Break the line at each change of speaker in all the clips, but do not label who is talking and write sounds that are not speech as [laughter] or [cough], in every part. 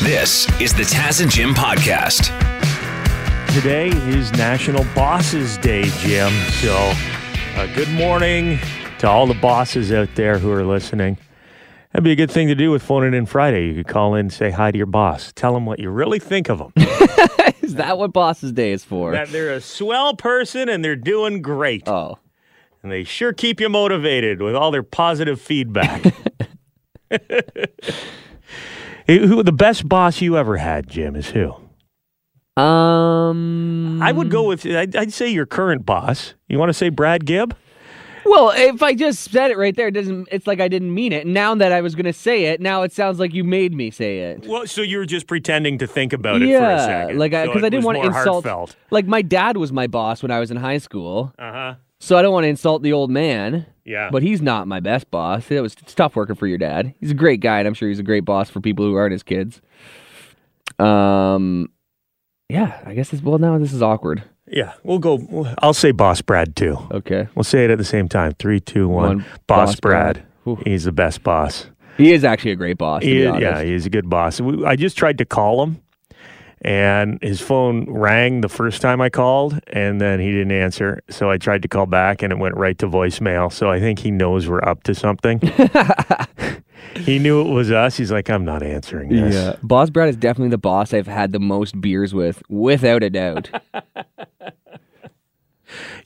This is the Taz and Jim podcast.
Today is National Bosses Day, Jim. So, uh, good morning to all the bosses out there who are listening. That'd be a good thing to do with phoning in Friday. You could call in, say hi to your boss, tell them what you really think of them.
Is that what Boss's Day is for?
that they're a swell person and they're doing great.
oh,
And they sure keep you motivated with all their positive feedback. Hey, who the best boss you ever had, Jim, is who?
um.
I would go with I'd, I'd say your current boss. You want to say Brad Gibb?
Well, if I just said it right there, it doesn't. It's like I didn't mean it. Now that I was gonna say it, now it sounds like you made me say it.
Well, so you were just pretending to think about it for a
yeah,
second.
like I
So
because
it
I
was
didn't want to
more
insult.
Heartfelt.
Like my dad was my boss when I was in high school,
Uh huh.
so I don't want to insult the old man.
Yeah.
But he's not my best boss. It was it's tough working for your dad. He's a great guy, and I'm sure he's a great boss for people who aren't his kids. Um, yeah, I guess it's well now. This is awkward.
yeah, we'll go. we'll- I'll say Boss Brad too.
Okay.
We'll say it at the same time. Three, two, one.
One,
Boss,
Boss
Brad.
Brad. Whew.
He's the best boss.
He is actually a great boss. To
He
be
is-
honest.
yeah, he's a good boss. We, I just tried to call him, and his phone rang the first time I called, and then he didn't answer. So I tried to call back, and it went right to voicemail. So I think he knows we're up to
[laughs]
something. he knew it was us. He's like, I'm not answering this.
Yeah. Boss Brad is definitely the boss I've had the most beers with, without
[laughs]
a doubt.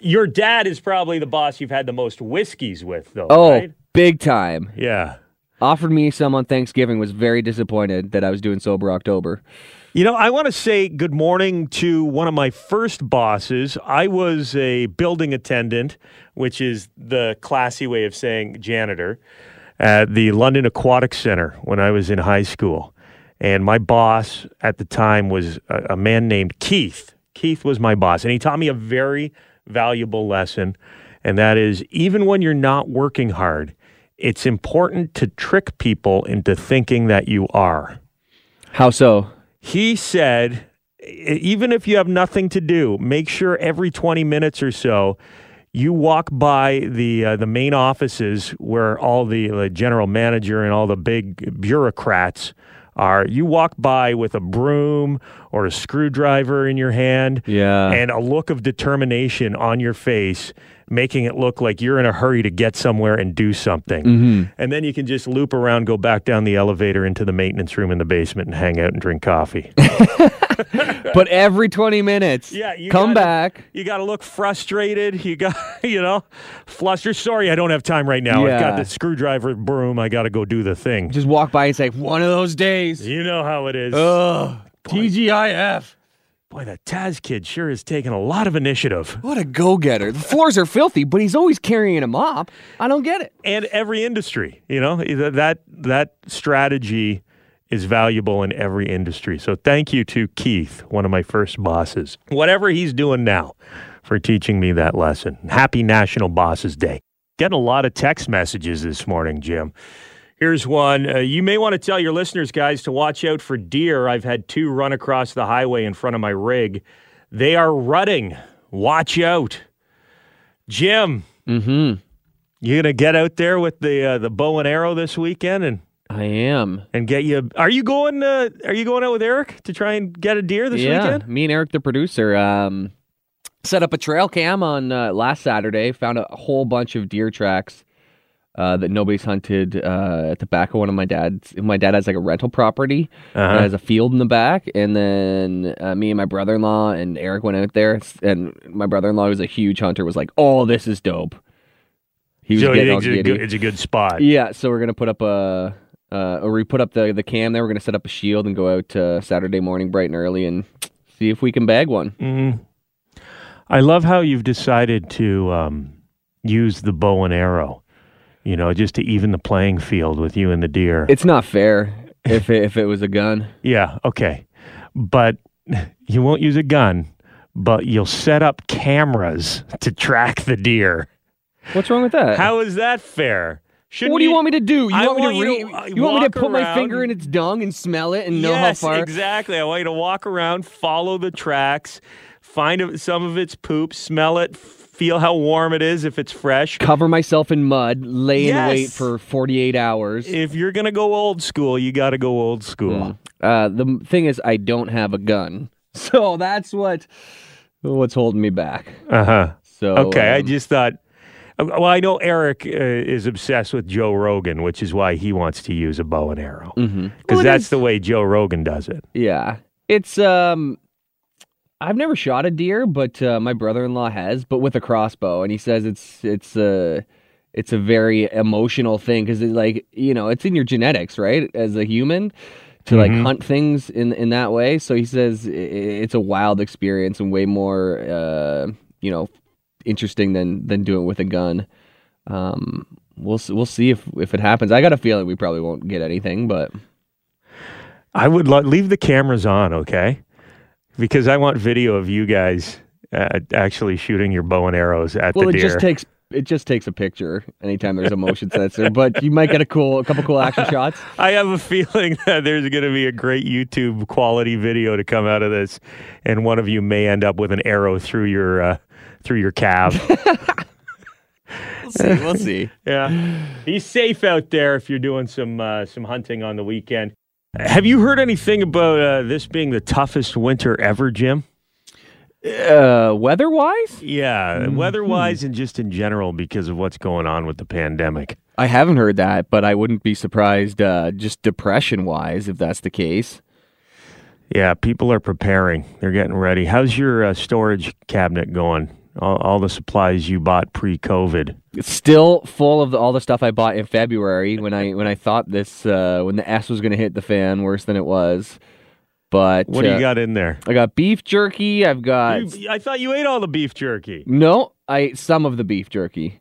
Your dad is probably the boss you've had the most whiskeys with, though.
Oh,
right?
big time.
yeah.
Offered me some on Thanksgiving, was very disappointed that I was doing Sober October.
You know, I want to say good morning to one of my first bosses. I was a building attendant, which is the classy way of saying janitor, at the London Aquatic Center when I was in high school. And my boss at the time was a, a man named Keith. Keith was my boss, and he taught me a very valuable lesson, and that is even when you're not working hard, it's important to trick people into thinking that you are
How so?
he said "E- even if you have nothing to do make sure every 20 minutes or so you walk by the uh, the main offices where all the uh, general manager and all the big bureaucrats are you walk by with a broom or a screwdriver in your hand
Yeah.
and a look of determination on your face, making it look like you're in a hurry to get somewhere and do something.
Mm-hmm.
And then you can just loop around, go back down the elevator into the maintenance room in the basement and hang out and drink
[laughs]
coffee.
But every 20 minutes,
Yeah, you
come
gotta-
back.
you got to look frustrated. You got, [laughs] you know, flustered. Sorry, I don't have time right now. I've got
Yeah.
the screwdriver broom. I got to go do the thing.
Just walk by and say, one of those days.
You know how it is.
Ugh. TGIF.
Boy, that Taz kid sure is taking a lot of initiative.
What a go getter. The floors are filthy, but he's always carrying a mop. I don't get it.
and every industry. You know Th- that that strategy is valuable in every industry. So thank you to Keith, one of my first bosses. Whatever he's doing now, for teaching me that lesson. Happy National Bosses Day. Getting a lot of text messages this morning, Jim. Here's one. Uh, you may want to tell your listeners, guys, to watch out for deer. I've had two run across the highway in front of my rig. They are rutting. Watch out. Jim,
Mm
Mm-hmm.
hmm.
you gonna get out there with the uh, the bow and arrow this weekend and
I am.
and get you? Are you going? Uh, are you going out with Eric to try and get a deer this
yeah,
weekend?
me and Eric, the producer, um, set up a trail cam on uh, last Saturday. Found a whole bunch of deer tracks uh, that nobody's hunted uh, at the back of one of my dad's. My dad has like a rental property that
Uh-huh.
has a field in the back, and then uh, me and my brother-in-law and Eric went out there. And my brother-in-law, who's a huge hunter, was like, "Oh, this is dope." He was
So you
getting all
think it's a,
giddy.
good, it's a good spot.
Yeah, so we're gonna put up a, uh, or we put up the the cam there. We're gonna set up a shield and go out uh, Saturday morning, bright and early, and see if we can bag one.
Mm. I love how you've decided to um, use the bow and arrow. You know, just to even the playing field with you and the deer.
It's not fair if it, if it was a gun.
yeah. Okay. But [laughs] you won't use a gun, but you'll set up cameras to track the deer.
What's wrong with that?
How is that fair? Shouldn't
what do you want me to do? You
I
want me
want
to
you
re-
to, uh,
you want me to
walk
put my finger in
around.
its dung and smell it and know
yes,
how far?
exactly. I want you to walk around, follow the tracks, find a- some of its poop, smell it, feel how warm it is if it's fresh.
Cover myself in mud, lay in wait
Yes.
for 48 hours.
If you're gonna go old school, you got to go old school.
Uh, the m- thing is, I don't have a gun, [laughs] so that's what what's holding me back.
Uh huh.
So
Okay, I
um,
just thought. uh, Well, I know Eric uh, is obsessed with Joe Rogan, which is why he wants to use a bow and arrow because
mhm. Well, it
that's
is-
the way Joe Rogan does it.
yeah. It's um, I've never shot a deer, but uh, my brother-in-law has, but with a crossbow, and he says it's it's uh it's a very emotional thing because it's like you know it's in your genetics, right? As a human. To like
Mhm.
hunt things in in that way, so he says i- i- it's a wild experience and way more, uh, you know, interesting than than doing it with a gun. Um, we'll s- we'll see if if it happens. I got a feeling we probably won't get anything, but
I would lo- leave the cameras on, okay? Because I want video of you guys uh, actually shooting your bow and arrows at
well,
the
it
deer.
just takes it just takes a picture anytime there's a motion sensor. But you might get a cool a couple cool action
[laughs]
shots.
I have a feeling [laughs] that there's going to be a great YouTube quality video to come out of this, and one of you may end up with an arrow through your uh, through your [laughs] calf.
We'll see. We'll see.
yeah, be safe out there if you're doing some uh, some hunting on the weekend. Have you heard anything about uh, this being the toughest winter ever, Jim?
Uh, weather wise,
Yeah, weather-wise and just in general because of what's going on with the pandemic.
I haven't heard that, but I wouldn't be surprised. Uh, just depression wise, if that's the case.
Yeah, people are preparing. They're getting ready. How's your uh, storage cabinet going? All, all the supplies you bought pre-COVID.
It's still full of the, all the stuff I bought in February when I when I thought this uh, when the S was going to hit the fan worse than it was. But
What do
uh,
you got in there?
I got beef jerky. I've got
You- I thought you ate all the beef jerky.
No, I ate some of the beef jerky.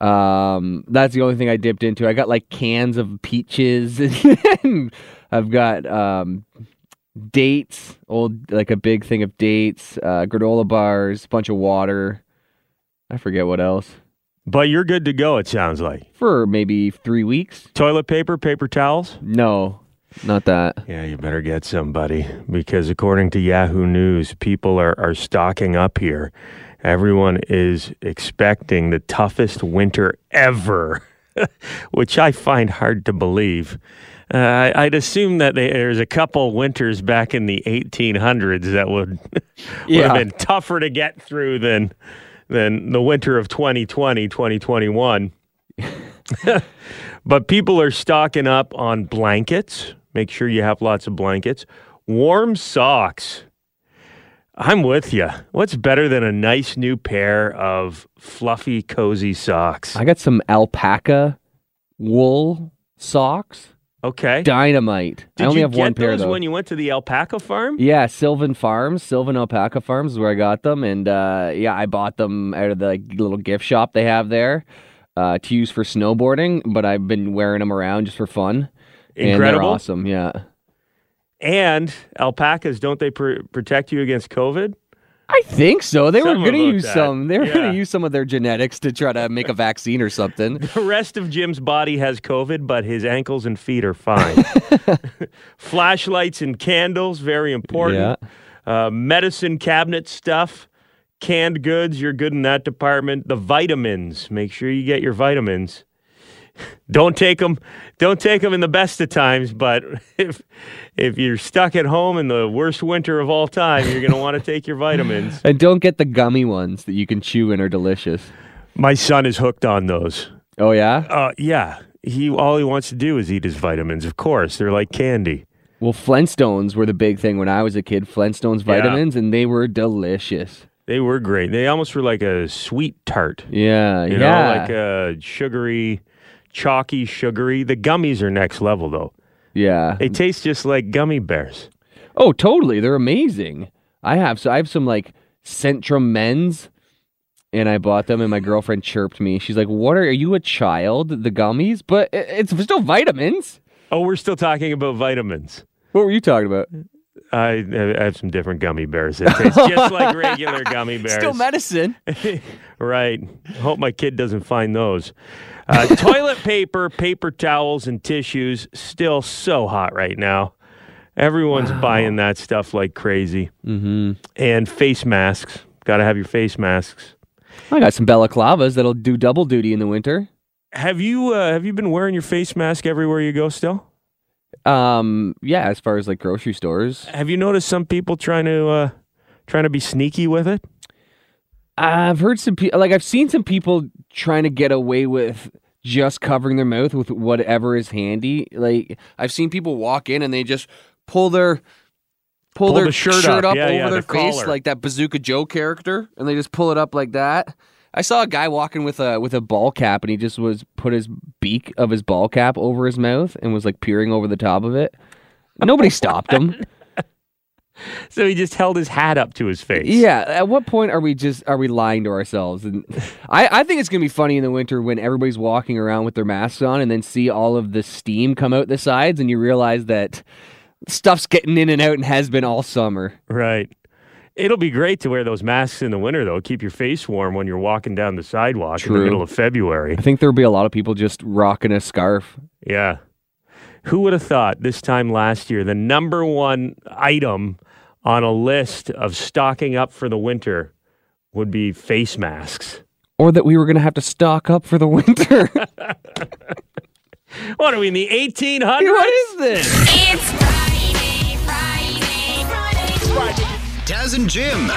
Um, that's the only thing I dipped into. I got like cans of peaches, [laughs] and I've got um, dates, old like a big thing of dates, uh, granola bars, bunch of water. I forget what else
But you're good to go. It sounds like
for maybe three weeks.
toilet paper, paper towels.
No, not that.
Yeah, you better get some, buddy, because according to Yahoo News, people are, are stocking up here. Everyone is expecting the toughest winter ever, [laughs] which I find hard to believe. Uh, I- I'd assume that they, there's a couple winters back in the 1800s that would, [laughs] would
Yeah.
have been tougher to get through than than the winter of 2020, 2021. But people are stocking up on blankets. Make sure you have lots of blankets. Warm socks. I'm with you. What's better than a nice new pair of fluffy, cozy socks?
I got some alpaca wool socks.
Okay.
Dynamite.
Did
I only
you
have
get
one pair
those
though.
when you went to the alpaca farm?
Yeah, Sylvan Farms, Sylvan Alpaca Farms is where I got them, and uh, yeah, I bought them out of the like, little gift shop they have there uh, to use for snowboarding. But I've been wearing them around just for fun. and they're
Incredible.
awesome. Yeah,
And alpacas, don't they pr- protect you against COVID?
I think so. They were
Something
going to
about
use
that.
some. They were going
Yeah.
to use some of their genetics to try to make a vaccine or something.
The rest of Jim's body has COVID, but his ankles and feet are fine. Flashlights and candles, very important.
Yeah.
uh, medicine cabinet stuff, canned goods. You're good in that department. The vitamins. Make sure you get your vitamins. Don't take them. Don't take them in the best of times. But [laughs] if if you're stuck at home in the worst winter of all time, you're gonna want to take your
[laughs]
vitamins.
And don't get the gummy ones that you can chew and are delicious.
My son is hooked on those.
Oh yeah.
Uh, yeah. He all he wants to do is eat his vitamins. Of course, they're like candy.
Well, Flintstones were the big thing when I was a kid. Flintstones
Yeah.
vitamins, and they were delicious.
They were great. They almost were like a sweet tart.
Yeah,
You
yeah.
know, like uh, a sugary, chalky, sugary. The gummies are next level, though.
yeah.
They taste just like gummy bears.
Oh, totally. They're amazing. I have so I have some like Centrum men's and I bought them and my girlfriend chirped me. She's like, "What are, are you a child? The gummies? But i- it's still vitamins."
Oh, we're still talking about vitamins.
What were you talking about?
I, I have some different gummy bears. It tastes just
[laughs]
like regular gummy bears.
Still medicine.
Right. Hope my kid doesn't find those. Uh, toilet paper, paper towels, and tissues still so hot right now. Everyone's buying that stuff like crazy. Mm-hmm. And face masks. Got to have your face masks.
I got some balaclavas that'll do double duty in the winter.
Have you uh, have you been wearing your face mask everywhere you go still?
Um, yeah, as far as like grocery stores,
Have you noticed some people trying to uh, trying to be sneaky with it?
I've heard some people like I've seen some people trying to get away with just covering their mouth with whatever is handy. Like I've seen people walk in and they just pull their pull,
Pull
their
the shirt up. Yeah,
over
yeah,
their
the
face
collar.
like that Bazooka Joe character, and they just pull it up like that. I saw a guy walking with a with a ball cap, and he just was put his beak of his ball cap over his mouth and was like peering over the top of it. Nobody
[laughs]
stopped him.
So he just held his hat up to his face.
Yeah. At what point are we just are we lying to ourselves? And [laughs] I, I think it's gonna be funny in the winter when everybody's walking around with their masks on and then see all of the steam come out the sides and you realize that stuff's getting in and out and has been all summer.
Right. It'll be great to wear those masks in the winter, though. Keep your face warm when you're walking down the sidewalk in
True.
the middle of February.
I think there'll be a lot of people just rocking a scarf.
Yeah. Who would have thought this time last year, the number one item on a list of stocking up for the winter would be face masks?
Or that we were gonna have to stock up for the [laughs] winter.
What are we in the 1800s?
what is this?
It's Friday, Friday, Friday.
Taz and Jim.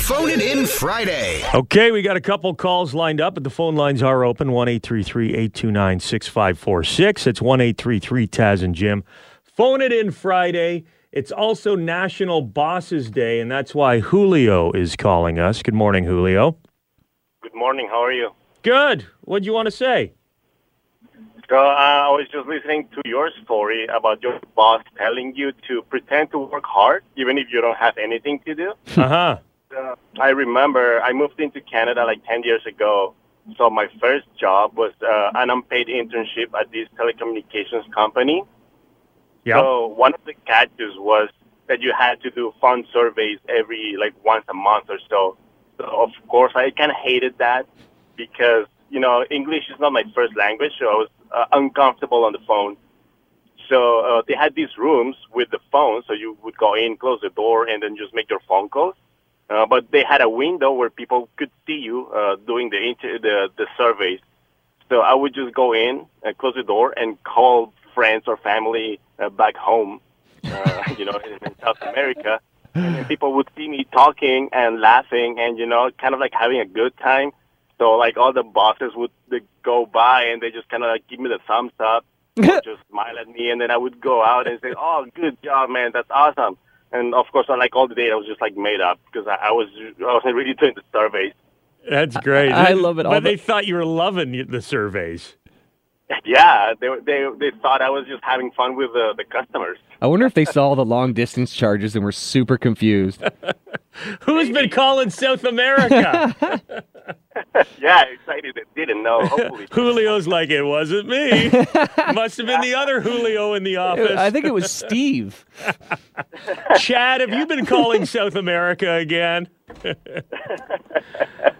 Phone it in Friday.
Okay, we got a couple calls lined up, but the phone lines are open 1 829 6546. It's 1 Taz and Jim. Phone it in Friday. It's also National Bosses Day, and that's why Julio is calling us. Good morning, Julio.
Good morning. How are you?
Good. What'd you want to
[laughs]
say?
So, uh, I was just listening to your story about your boss telling you to pretend to work hard, even if you don't have anything to do.
Uh huh.
Uh, I remember I moved into Canada like 10 years ago. So my first job was uh, an unpaid internship at this telecommunications company.
Yeah.
So one of the catches was that you had to do fund surveys every like once a month or so. So of course I kind of hated that because you know English is not my first language, so I was uh, uncomfortable on the phone. So uh, they had these rooms with the phone, so you would go in, close the door, and then just make your phone calls. Uh, but they had a window where people could see you uh, doing the, inter- the the surveys. So I would just go in, uh, close the door, and call friends or family uh, back home, uh, [laughs] you know, in, in South America. And then people would see me talking and laughing and, you know, kind of like having a good time. So, like, all the bosses would like, go by and they just kind of like give me the thumbs up, or just smile at me. And then I would go out and say, oh, good job, man. That's awesome. And of course, I like all the data was just like made up because I, I was I wasn't really doing the surveys.
That's great.
I- I love it all,
But they
but-
thought you were loving the surveys.
Yeah, they they they thought I was just having fun with the, the customers.
I wonder if they saw the long distance charges and were super [laughs] confused.
Who's been calling South
[laughs]
America?
Yeah, excited. They
[laughs]
didn't know. Hopefully,
Julio's like, it wasn't
[laughs]
me. Must have been the other Julio in the office.
I think it was Steve.
Chad, have you been calling South America again?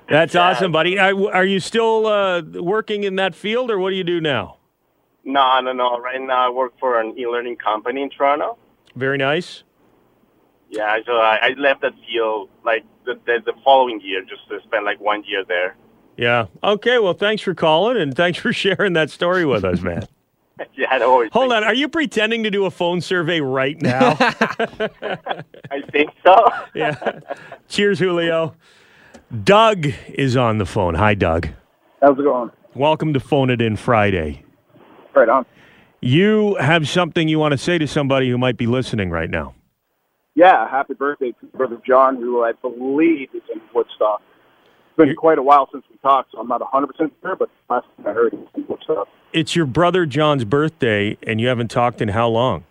That's awesome, buddy. Are, are you still uh, working in that field, or what do you do now?
no, no, no. Right now, I work for an e-learning company in Toronto.
Very nice.
Yeah, so I, I left that field like the, the the following year, just to spend like one year there. [laughs]
Yeah. Okay. Well, thanks for calling and thanks for [laughs] sharing that story with us, man.
yeah, I always
Hold
think-
on. Are you pretending to do a phone survey right now?
I think so.
yeah. Cheers, Julio. Doug is on the phone. Hi, Doug.
How's it going?
Welcome to Phone It In Friday.
Right on.
You have something you want to say to somebody who might be listening right now.
Yeah, happy birthday to Brother John, who I believe is in Woodstock. It's been quite a while since we talked, so I'm not 100% sure, but last time I heard he was in Woodstock.
It's your brother John's birthday, and you haven't talked in how long?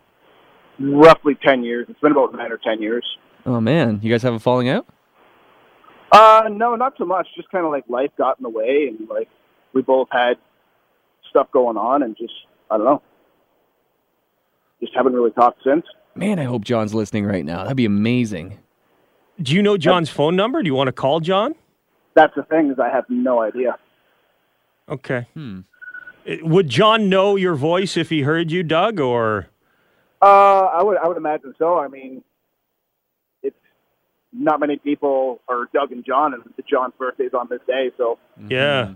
Roughly 10 years. It's been about 9 or 10 years.
Oh man, you guys have a falling out?
Uh, no, not so much. Just kind of like life got in the way, and like we both had stuff going on, and just, I don't know. Just haven't really talked since.
Man, I hope John's listening right now. That'd be amazing.
Do you know John's phone number? Do you want to call John?
That's the thing is I have no idea.
Okay. It- Would John know your voice if he heard you, Doug? Or
Uh, I would I would imagine so. I mean, it's not many people are Doug and John, and John's birthday's on this day, so
yeah.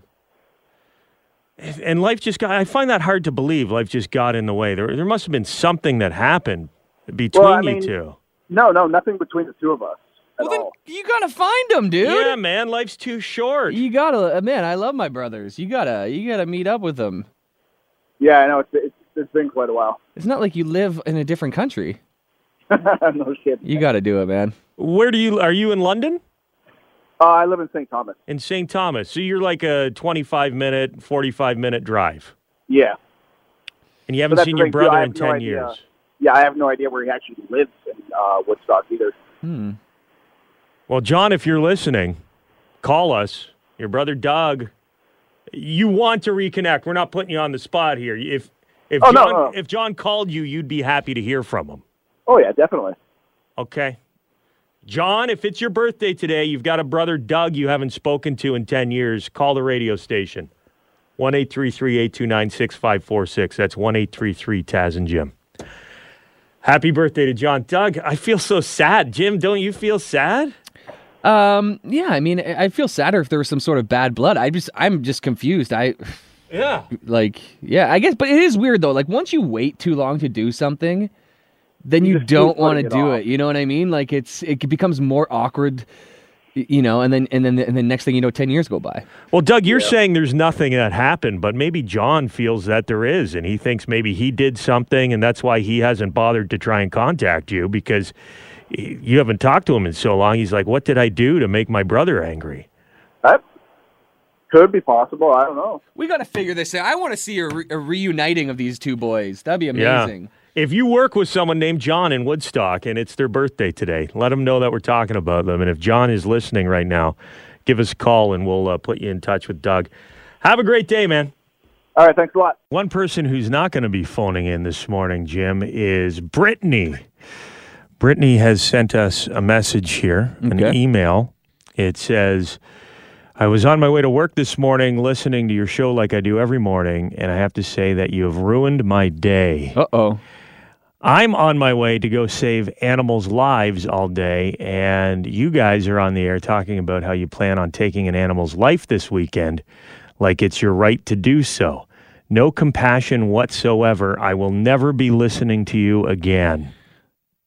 And life just got—I find that hard to believe. Life just got in the way. There, there must have been something that happened between
I
you
mean,
two.
no, no, nothing between the two of us at
Well, then
all.
you gotta find him, dude.
Yeah, man, life's too short.
You gotta, uh, man. I love my brothers. You gotta, you gotta meet up with them.
Yeah, I know it's, it's it's been quite a while. [laughs]
It's not like you live in a different country.
no shit.
You gotta do it, man.
Where do you? Are you in London?
Uh, I live in St. Thomas.
In St. Thomas. So you're like a 25 minute, 45 minute drive,
Yeah,
and you haven't
that's
seen
the
your
thing, too. I
brother
have
in
no
10
idea.
years.
yeah. I have no idea where he actually lives in uh, Woodstock either.
Well, John, if you're listening, call us. Your brother Doug, you want to reconnect. We're not putting you on the spot here. If if
Oh,
John
no, no.
if John called you, you'd be happy to hear from him.
Oh yeah, definitely.
Okay. John, if it's your birthday today, you've got a brother Doug you haven't spoken to in 10 years, call the radio station. 1 829 6546. That's 1 Taz and Jim. Happy birthday to John. Doug, I feel so sad. Jim, don't you feel sad?
Um, yeah. I mean, I I feel sadder if there was some sort of bad blood. I just, I'm just confused. I,
Yeah.
like, yeah. I guess, but it is weird though. Like, once you wait too long to do something, then you
just keep
don't want to
putting it
do
off.
it. You know what I mean? Like, it's it becomes more awkward. y- You know, and then and then and then next thing you know, ten years go by.
Well, Doug, you're saying there's nothing that happened, but maybe John feels that there is, and he thinks maybe he did something, and that's why he hasn't bothered to try and contact you because y- you haven't talked to him in so long. He's like, "What did I do to make my brother angry?"
That could be possible. I don't know.
We got to figure this out. I want to see a, re- a reuniting of these two boys. That'd be amazing.
If you work with someone named John in Woodstock and it's their birthday today, let them know that we're talking about them. And if John is listening right now, give us a call and we'll uh, put you in touch with Doug. Have a great day, man.
All right, thanks a lot.
One person who's not going to be phoning in this morning, Jim, is Brittany. Brittany has sent us a message here, an
Okay.
email. It says, I was on my way to work this morning listening to your show like I do every morning, and I have to say that you have ruined my day.
Uh oh.
I'm on my way to go save animals' lives all day, and you guys are on the air talking about how you plan on taking an animal's life this weekend, like it's your right to do so. No compassion whatsoever. I will never be listening to you again.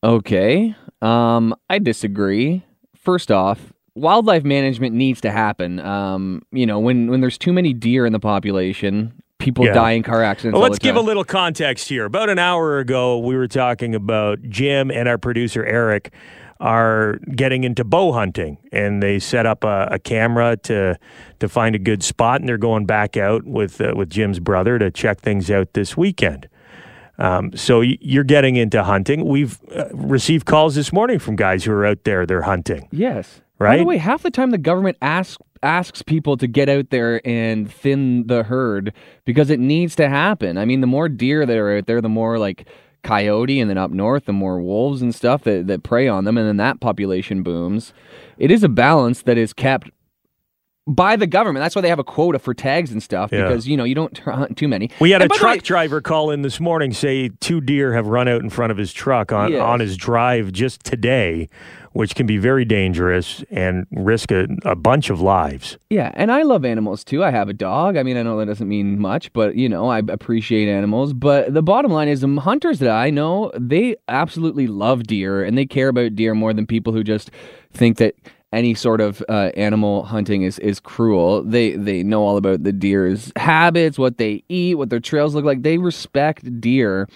Okay. Um, I disagree. First off, wildlife management needs to happen. Um, you know, when when there's too many deer in the population, people
Yeah.
die in car accidents. all
let's
the time.
give a little context here. About an hour ago, we were talking about Jim and our producer Eric are getting into bow hunting, and they set up a, a camera to to find a good spot, and they're going back out with uh, with Jim's brother to check things out this weekend. Um, so y- you're getting into hunting. We've uh, received calls this morning from guys who are out there. They're hunting.
yes. By the
Right?
way, half the time the government asks asks people to get out there and thin the herd because it needs to happen. I mean, the more deer that are out there, the more like coyote and then up north the more wolves and stuff that, that prey on them and then that population booms it is a balance that is kept by the government that's why they have a quota for tags and stuff
Yeah.
because you know you don't [laughs] hunt too many
We had
And
a
by the
truck
way-
driver call in this morning say two deer have run out in front of his truck on,
Yes.
on his drive just today, which can be very dangerous and risk a, a bunch of lives.
Yeah, and I love animals too. I have a dog. I mean, I know that doesn't mean much, but you know, I appreciate animals. But the bottom line is, um, hunters that I know, they absolutely love deer and they care about deer more than people who just think that any sort of uh, animal hunting is, is cruel. They they know all about the deer's habits, what they eat, what their trails look like. They respect deer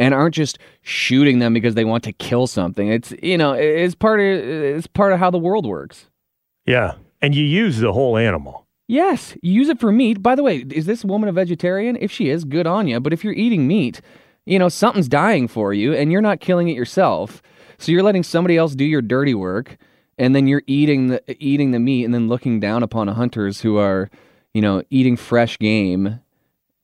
and aren't just shooting them because they want to kill something. It's you know, it- it's part of it's part of how the world works.
Yeah. And you use the whole animal.
Yes, you use it for meat. By the way, is this woman a vegetarian? If she is, good on you. But if you're eating meat, you know, something's dying for you and you're not killing it yourself. So you're letting somebody else do your dirty work and then you're eating the eating the meat and then looking down upon hunters who are, you know, eating fresh game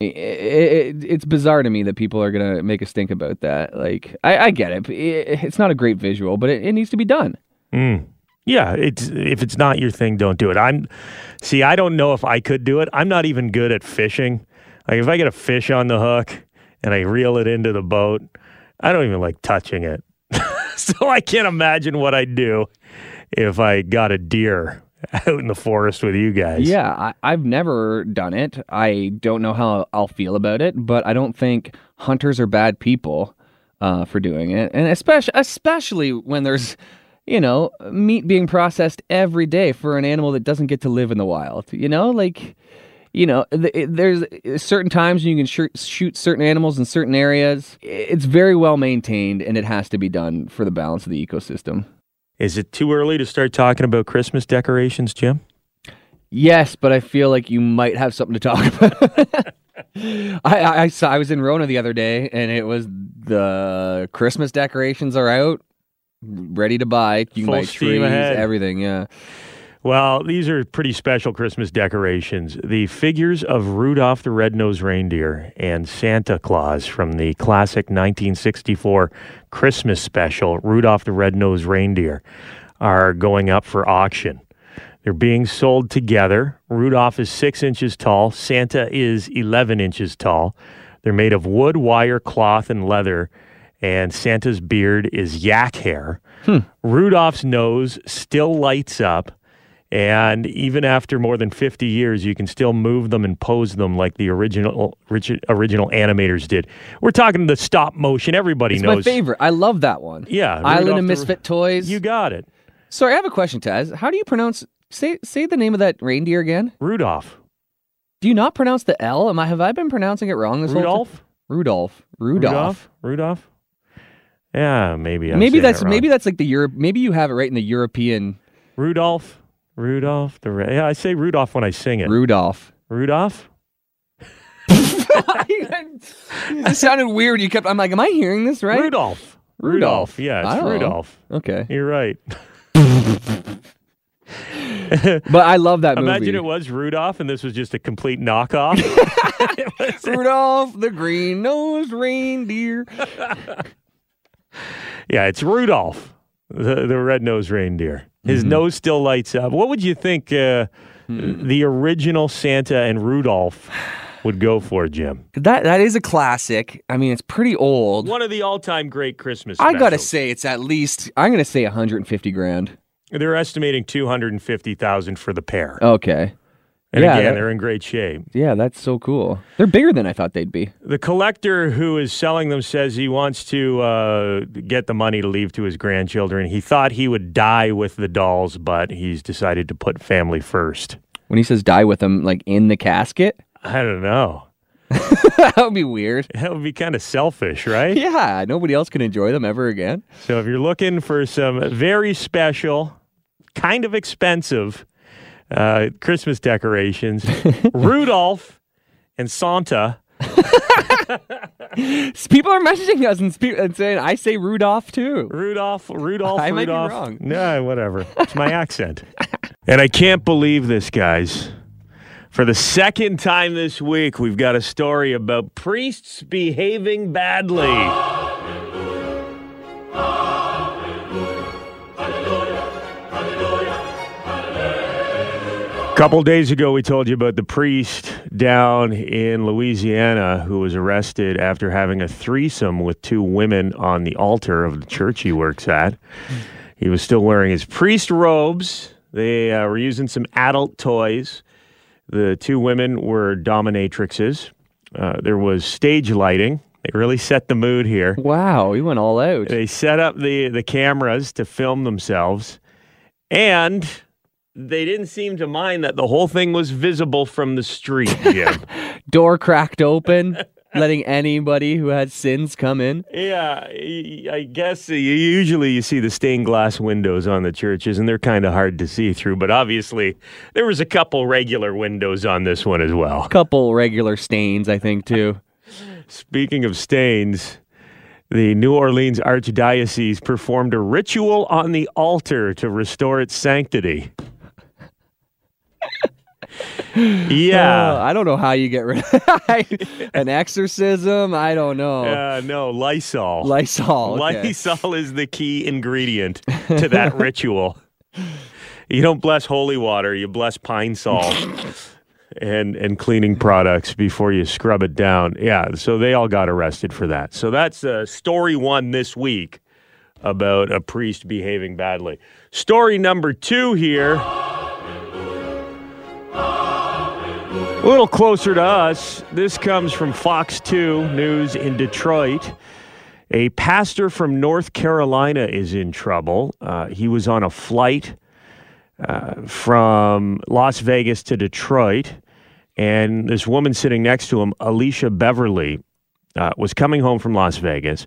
i- i- it, it's bizarre to me that people are gonna make a stink about that. Like, I, I get it. but i- It's not a great visual, but it, it needs to be done.
Yeah, it's if it's not your thing, don't do it. I'm see, I don't know if I could do it. I'm not even good at fishing. Like if I get a fish on the hook and I reel it into the boat, I don't even like touching it. [laughs] so I can't imagine what I'd do if I got a deer [laughs] out in the forest with you guys.
Yeah, I, I've never done it. I don't know how I'll feel about it, but I don't think hunters are bad people uh, for doing it, and especially especially when there's you know meat being processed every day for an animal that doesn't get to live in the wild. You know, like you know, th- it- there's uh, certain times you can shir- shoot certain animals in certain areas. It's very well maintained, and it has to be done for the balance of the ecosystem.
Is it too early to start talking about Christmas decorations, Jim?
Yes, but I feel like you might have something to talk [laughs] about. I, I, I saw I was in Rona the other day, and it was the Christmas decorations are out, ready to buy. You can
Full
buy
steam
trees,
ahead.
everything. Yeah,
Well, these are pretty special Christmas decorations. The figures of Rudolph the Red-Nosed Reindeer and Santa Claus from the classic 1964 Christmas special, Rudolph the Red-Nosed Reindeer, are going up for auction. They're being sold together. Rudolph is six inches tall, Santa is 11 inches tall. They're made of wood, wire, cloth, and leather, and Santa's beard is yak hair.
Hmm.
Rudolph's nose still lights up. And even after more than 50 years, you can still move them and pose them like the original origi- original animators did. We're talking the stop motion. Everybody
it's
knows.
my favorite. I love that one.
Yeah, Rudolph
Island
the-
of Misfit Toys.
You got it.
Sorry, I have a question, Taz. How do you pronounce? Say say the name of that reindeer again.
Rudolph.
Do you not pronounce the L? Am I have I been pronouncing it wrong this whole time?
Rudolph?
Rudolph. Rudolph.
Rudolph. Yeah, maybe. I'm
Maybe
saying
that's
it wrong.
maybe that's like the Europe. Maybe you have it right in the European
Rudolph. Rudolph the Red. Yeah, I say Rudolph when I sing it.
Rudolph.
Rudolph.
[laughs] it sounded weird. You kept. I'm like, am I hearing this right?
Rudolph.
Rudolph. Oh.
Yeah,
I
it's
don't know.
Rudolph.
Okay,
You're right. [laughs]
but I love that movie.
Imagine it was Rudolph, and this was just a complete knockoff. [laughs]
Rudolph the green-nosed reindeer.
yeah, it's Rudolph, the the red-nosed reindeer. His
Mm-hmm.
nose still lights up. What would you think uh,
Hmm.
the original Santa and Rudolph would go for, Jim?
That that is a classic. I mean, it's pretty old.
One of the all-time great Christmas.
I gotta
specials.
say, it's at least. I'm gonna say 150 grand.
They're estimating 250,000 for the pair.
Okay.
and
Oh, yeah,
again,
that-
they're in great shape.
Yeah, that's so cool. They're bigger than I thought they'd be.
The collector who is selling them says he wants to uh, get the money to leave to his grandchildren. He thought he would die with the dolls, but he's decided to put family first.
When he says die with them, like in the casket, [laughs]
I don't know.
that would
[laughs]
be weird.
That would be kind of selfish, right?
Yeah, nobody else can enjoy them ever again.
So if you're looking for some very special, kind of expensive uh, Christmas
[laughs]
decorations, Rudolph and Santa.
People are messaging us and, spe- and saying, "I say Rudolph too."
Rudolph, Rudolph,
[laughs] I might be
Rudolph.
wrong.
No, whatever. It's my accent. And I can't believe this, guys. For the second time this week, we've got a story about priests behaving badly. couple days ago, we told you about the priest down in Louisiana who was arrested after having a threesome with two women on the altar of the church he works at. He was still wearing his priest robes. They uh, were using some adult toys. The two women were dominatrixes. Uh, there was stage lighting. They really set the mood here.
Wow, he went all out.
They set up the, the cameras to film themselves, and they didn't seem to mind that the whole thing was visible from the street, Jim.
Door cracked open, letting anybody who had sins come in.
yeah, y- I guess you, usually you see the stained glass windows on the churches, and they're kind of hard to see through, but obviously there was a couple regular windows on this one as well.
Couple regular stains, I think, too.
Speaking of stains, the New Orleans Archdiocese performed a ritual on the altar to restore its sanctity. Yeah.
Uh, I don't know how you get rid of [laughs] an exorcism. I don't know.
Uh, no, Lysol.
Lysol.
[laughs]
okay.
Lysol is the key ingredient to
[laughs]
that ritual. You don't bless holy water, you bless pine Sol and and cleaning products before you scrub it down. Yeah, so they all got arrested for that. So that's uh, story 1 this week about a priest behaving badly. Story number 2 here. A little closer to us. This comes from Fox 2 News in Detroit. A pastor from North Carolina is in trouble. Uh, he was on a flight uh, from Las Vegas to Detroit, and this woman sitting next to him, Alicia Beverly, uh, was coming home from Las Vegas.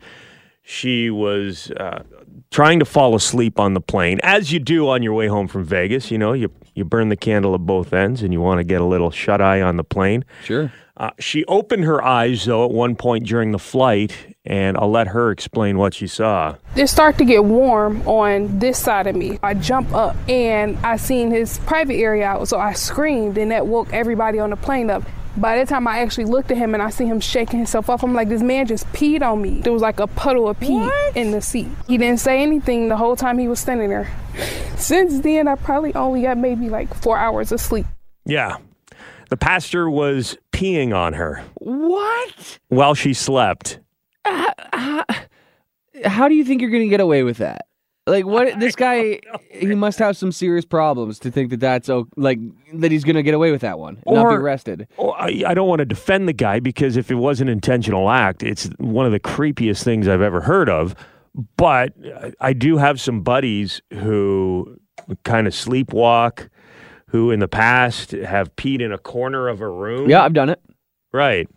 She was uh, trying to fall asleep on the plane, as you do on your way home from Vegas. You know, you, you burn the candle at both ends and you want to get a little shut eye on the plane.
Sure.
Uh, she opened her eyes, though, at one point during the flight, and I'll let her explain what she saw.
It started to get warm on this side of me. I jump up and I seen his private area out, so I screamed and that woke everybody on the plane up. By the time I actually looked at him and I see him shaking himself off, I'm like, this man just peed on me. There was like a puddle of pee in the seat. He didn't say anything the whole time he was standing there. Since then, I probably only got maybe like four hours of sleep.
Yeah. The pastor was peeing on her
What?
while she slept.
How do you think you're going to get away with that?
[laughs]
Like what this guy he must have some serious problems to think that that's o- like that he's going to get away with that one. and not be
Or-
arrested.
Oh, I, I don't want to defend the guy because if it was an intentional act, it's one of the creepiest things I've ever heard of. But I- I do have some buddies who kind of sleepwalk, who in the past have peed in a corner of a room.
Yeah, I've done it.
Right.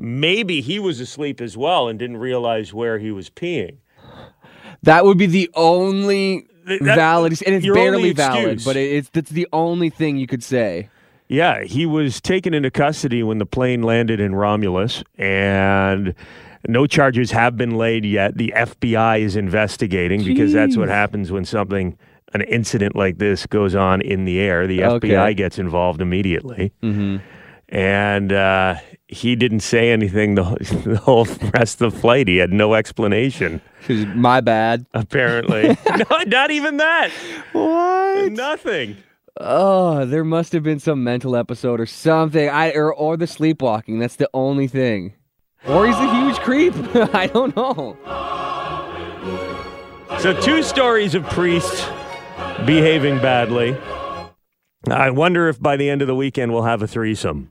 Maybe he was asleep as well and didn't realize where he was peeing.
That would be the only
Th- that-
valid, and it's
your only
barely valid,
excuse.
but it, it's that's the only thing you could say.
Yeah, he was taken into custody when the plane landed in Romulus, and no charges have been laid yet. The FBI is investigating because that's what happens when something, an incident like this, goes on in the air. The
Okay.
FBI gets involved immediately. And uh, he didn't say anything the, [laughs] the whole rest of the flight. He had no explanation,
'Cause my bad.
apparently. [laughs] no, not even that.
What?
Nothing.
Oh, there must have been some mental episode or something. I or or the sleepwalking. That's the only thing. Or he's a huge creep. [laughs] I don't know.
So, two stories of priests behaving badly. I wonder if by the end of the weekend we'll have a [laughs] threesome.